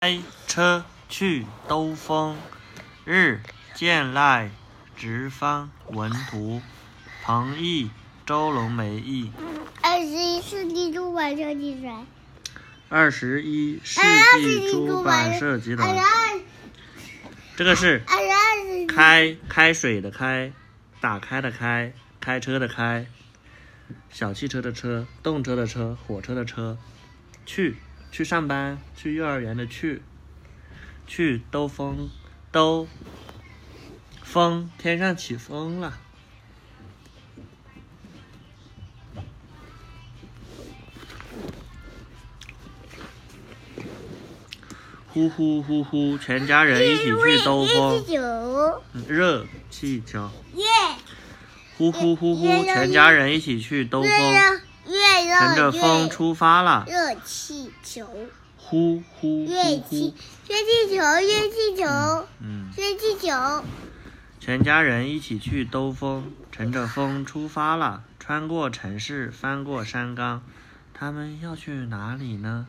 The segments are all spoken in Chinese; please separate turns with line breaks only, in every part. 开车去兜风，日见赖直方文图，彭毅、周龙梅译。
二十一世纪出版社记载，
二十一世
二十
纪
一
出版社集
二十
团，
二
这个是
二十二世纪
开开水的开，打开的开，开车的开，小汽车的车，动车的车，火车的车，去去上班，去幼儿园的去，去兜风，兜风，天上起风了。呼呼呼呼，全家人一起去兜风。
九
热气球，
月
呼呼呼呼，全家人一起去兜风，
哎热月热
乘着风出发了，
热气球，
呼呼
热
呼
气
呼，
热气球，热气球，
嗯，
热气球，
全家人一起去兜风，乘着风出发了，穿过城市，翻过山岗，他们要去哪里呢？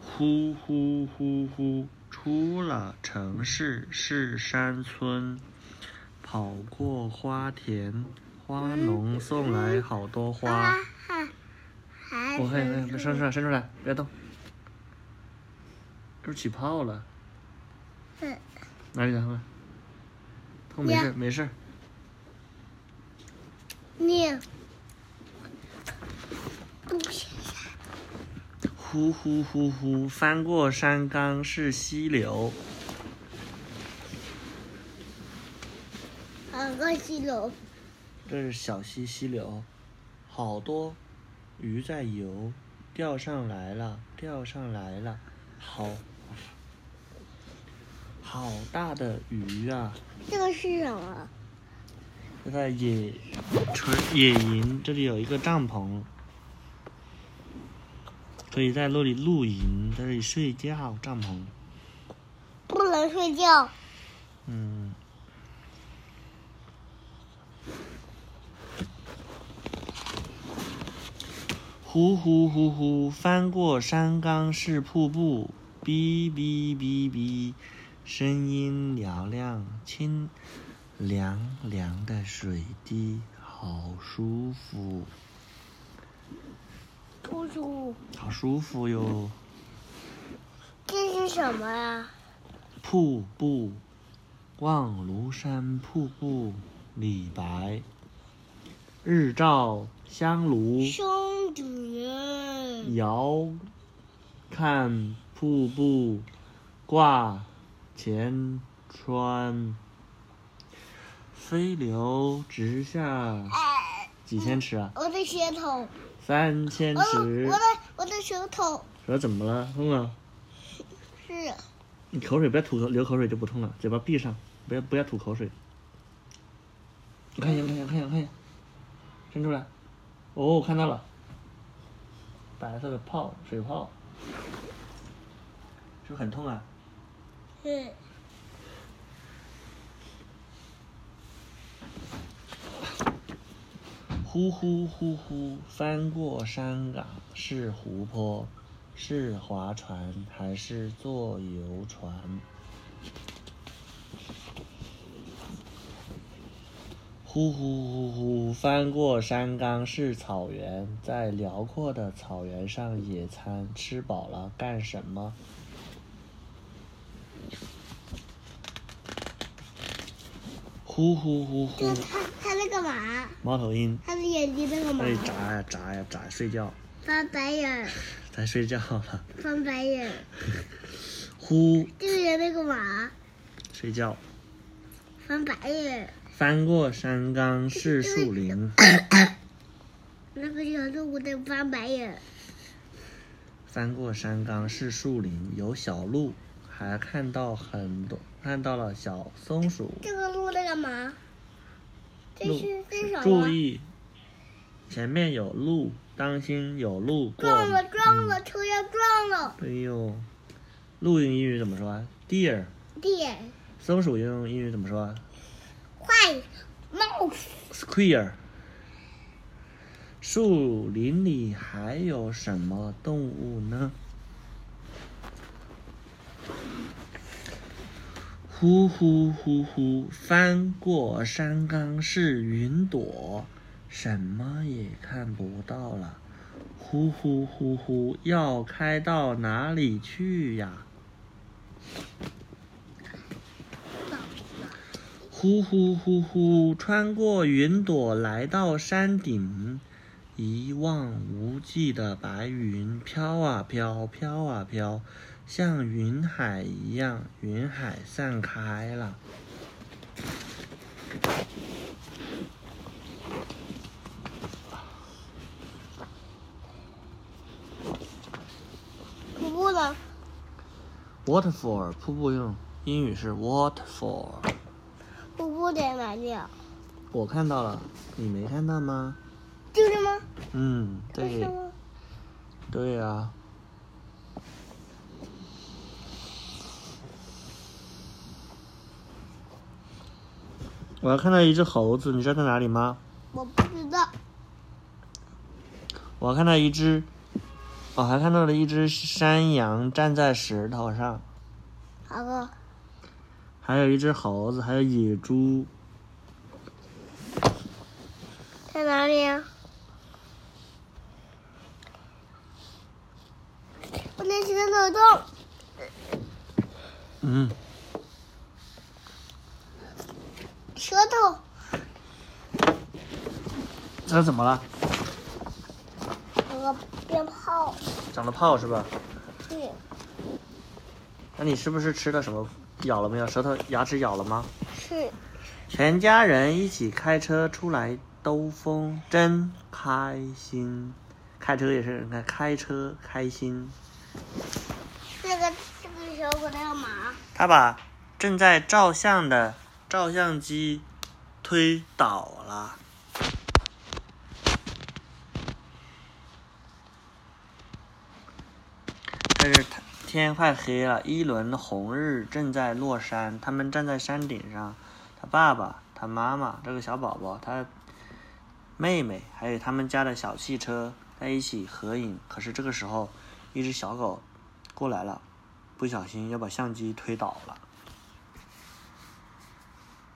呼呼呼呼，出了城市是山村，跑过花田，花农送来好多花
哈。哈，还
我看看，伸出来，伸出来，别动，这不起泡了，
嗯
哪里疼了？痛没
呀
事，没事。
你不行，
呼呼呼呼，翻过山岗是溪流，
好个西楼，
这是小溪溪流，好多鱼在游，钓上来了，钓上来了，好，好大的鱼啊！
这个是什么？
就在野纯野营，这里有一个帐篷，可以在那里露营，在这里睡觉，帐篷。
不能睡觉。
嗯。呼呼呼呼，翻过山岗是瀑布，哔哔哔哔，声音嘹亮，清凉凉的水滴，好舒服，
叔叔，
好舒服哟！
这是什么呀？
瀑布，望庐山瀑布，李白。日照香炉，
松子，
遥看瀑布挂前川，飞流直下
哎，
几千尺啊？
我的舌头，
三千
我的
尺
哦我。的我的舌头
说怎么了？痛啊？
是
你口水不要吐口，流口水就不痛了。嘴巴闭上，不要不要吐口水。我看一眼，看一眼，看一眼，看一眼，伸出来。哦，看到了，白色的泡，水泡，是不是很痛啊？
是
呼呼呼呼，翻过山岗是湖泊，是划船还是坐游船？呼呼呼呼，翻过山岗是草原，在辽阔的草原上野餐，吃饱了干什么？呼呼呼呼
这，他他在干嘛？
猫头鹰。
他的眼睛在干嘛
哎，？眨呀眨呀眨，睡觉，
翻白眼儿，
咱睡觉了，
翻白眼儿。
呼，
这个人在干嘛？
睡觉。
翻白眼儿。
翻过山岗是树林，
那个小动物在翻白眼儿。
翻过山岗是树林，有小鹿，还看到很多，看到了小松鼠。
这个鹿在干嘛？这
鹿
是这是什么？
注意，前面有路，当心有路过。
撞了撞
嗯
了，车要撞了。
哎呦，鹿用英语怎么说啊？Deer。
点
松鼠用英语怎么说啊
快冒
？Square。树林里还有什么动物呢？呼呼呼呼，翻过山岗是云朵，什么也看不到了。呼呼呼呼，要开到哪里去呀？呼呼呼呼，穿过云朵来到山顶，一望无际的白云飘啊飘，飘啊飘，像云海一样，云海散开了。
瀑布了，
Waterfall 瀑布用英语是 waterfall，
瀑布在哪里啊？
我看到了，你没看到吗？
就是吗？
嗯，
为
对
什，么？
对啊。我还看到一只猴子，你知道在哪里吗？
我不知道。
我还看到一只，我还看到了一只山羊站在石头上，
好了，
还有一只猴子，还有野猪。
在哪里啊呀、我那是个脑洞，
嗯，
舌头。
这怎么了？
那个鞭炮，
长了泡是吧？
对，
那你是不是吃了什么？咬了没有？舌头、牙齿咬了吗？
是
全家人一起开车出来兜风，真开心。开车也是，你看开车开心。
那个这个小狗在干嘛？
他把正在照相的照相机推倒了。但是他天快黑了，一轮红日正在落山。他们站在山顶上，他爸爸、他妈妈、这个小宝宝、他妹妹，还有他们家的小汽车在一起合影。可是这个时候，一只小狗过来了，不小心要把相机推倒了。